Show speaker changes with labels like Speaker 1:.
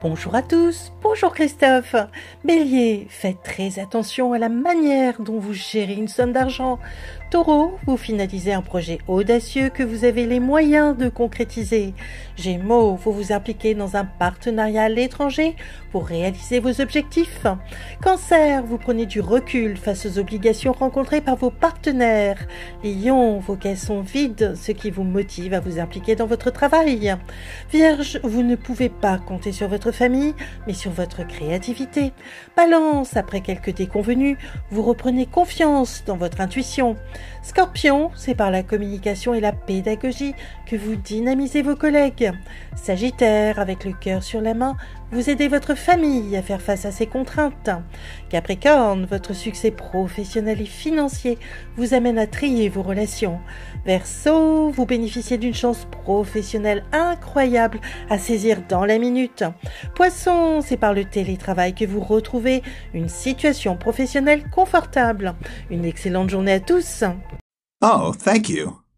Speaker 1: Bonjour à tous, bonjour Christophe. Bélier, faites très attention à la manière dont vous gérez une somme d'argent. Taureau, vous finalisez un projet audacieux que vous avez les moyens de concrétiser. Gémeaux, vous vous impliquez dans un partenariat à l'étranger pour réaliser vos objectifs. Cancer, vous prenez du recul face aux obligations rencontrées par vos partenaires. Lion, vos caisses sont vides, ce qui vous motive à vous impliquer dans votre travail. Vierge, vous ne pouvez pas compter sur votre famille, mais sur votre créativité. Balance, après quelques déconvenues, vous reprenez confiance dans votre intuition. Scorpion, c'est par la communication et la pédagogie que vous dynamisez vos collègues. Sagittaire, avec le cœur sur la main, vous aidez votre famille à faire face à ses contraintes. Capricorne, votre succès professionnel et financier vous amène à trier vos relations. Verseau, vous bénéficiez d'une chance professionnelle incroyable à saisir dans la minute. Poisson, c'est par le télétravail que vous retrouvez une situation professionnelle confortable. Une excellente journée à tous.
Speaker 2: Oh, thank you.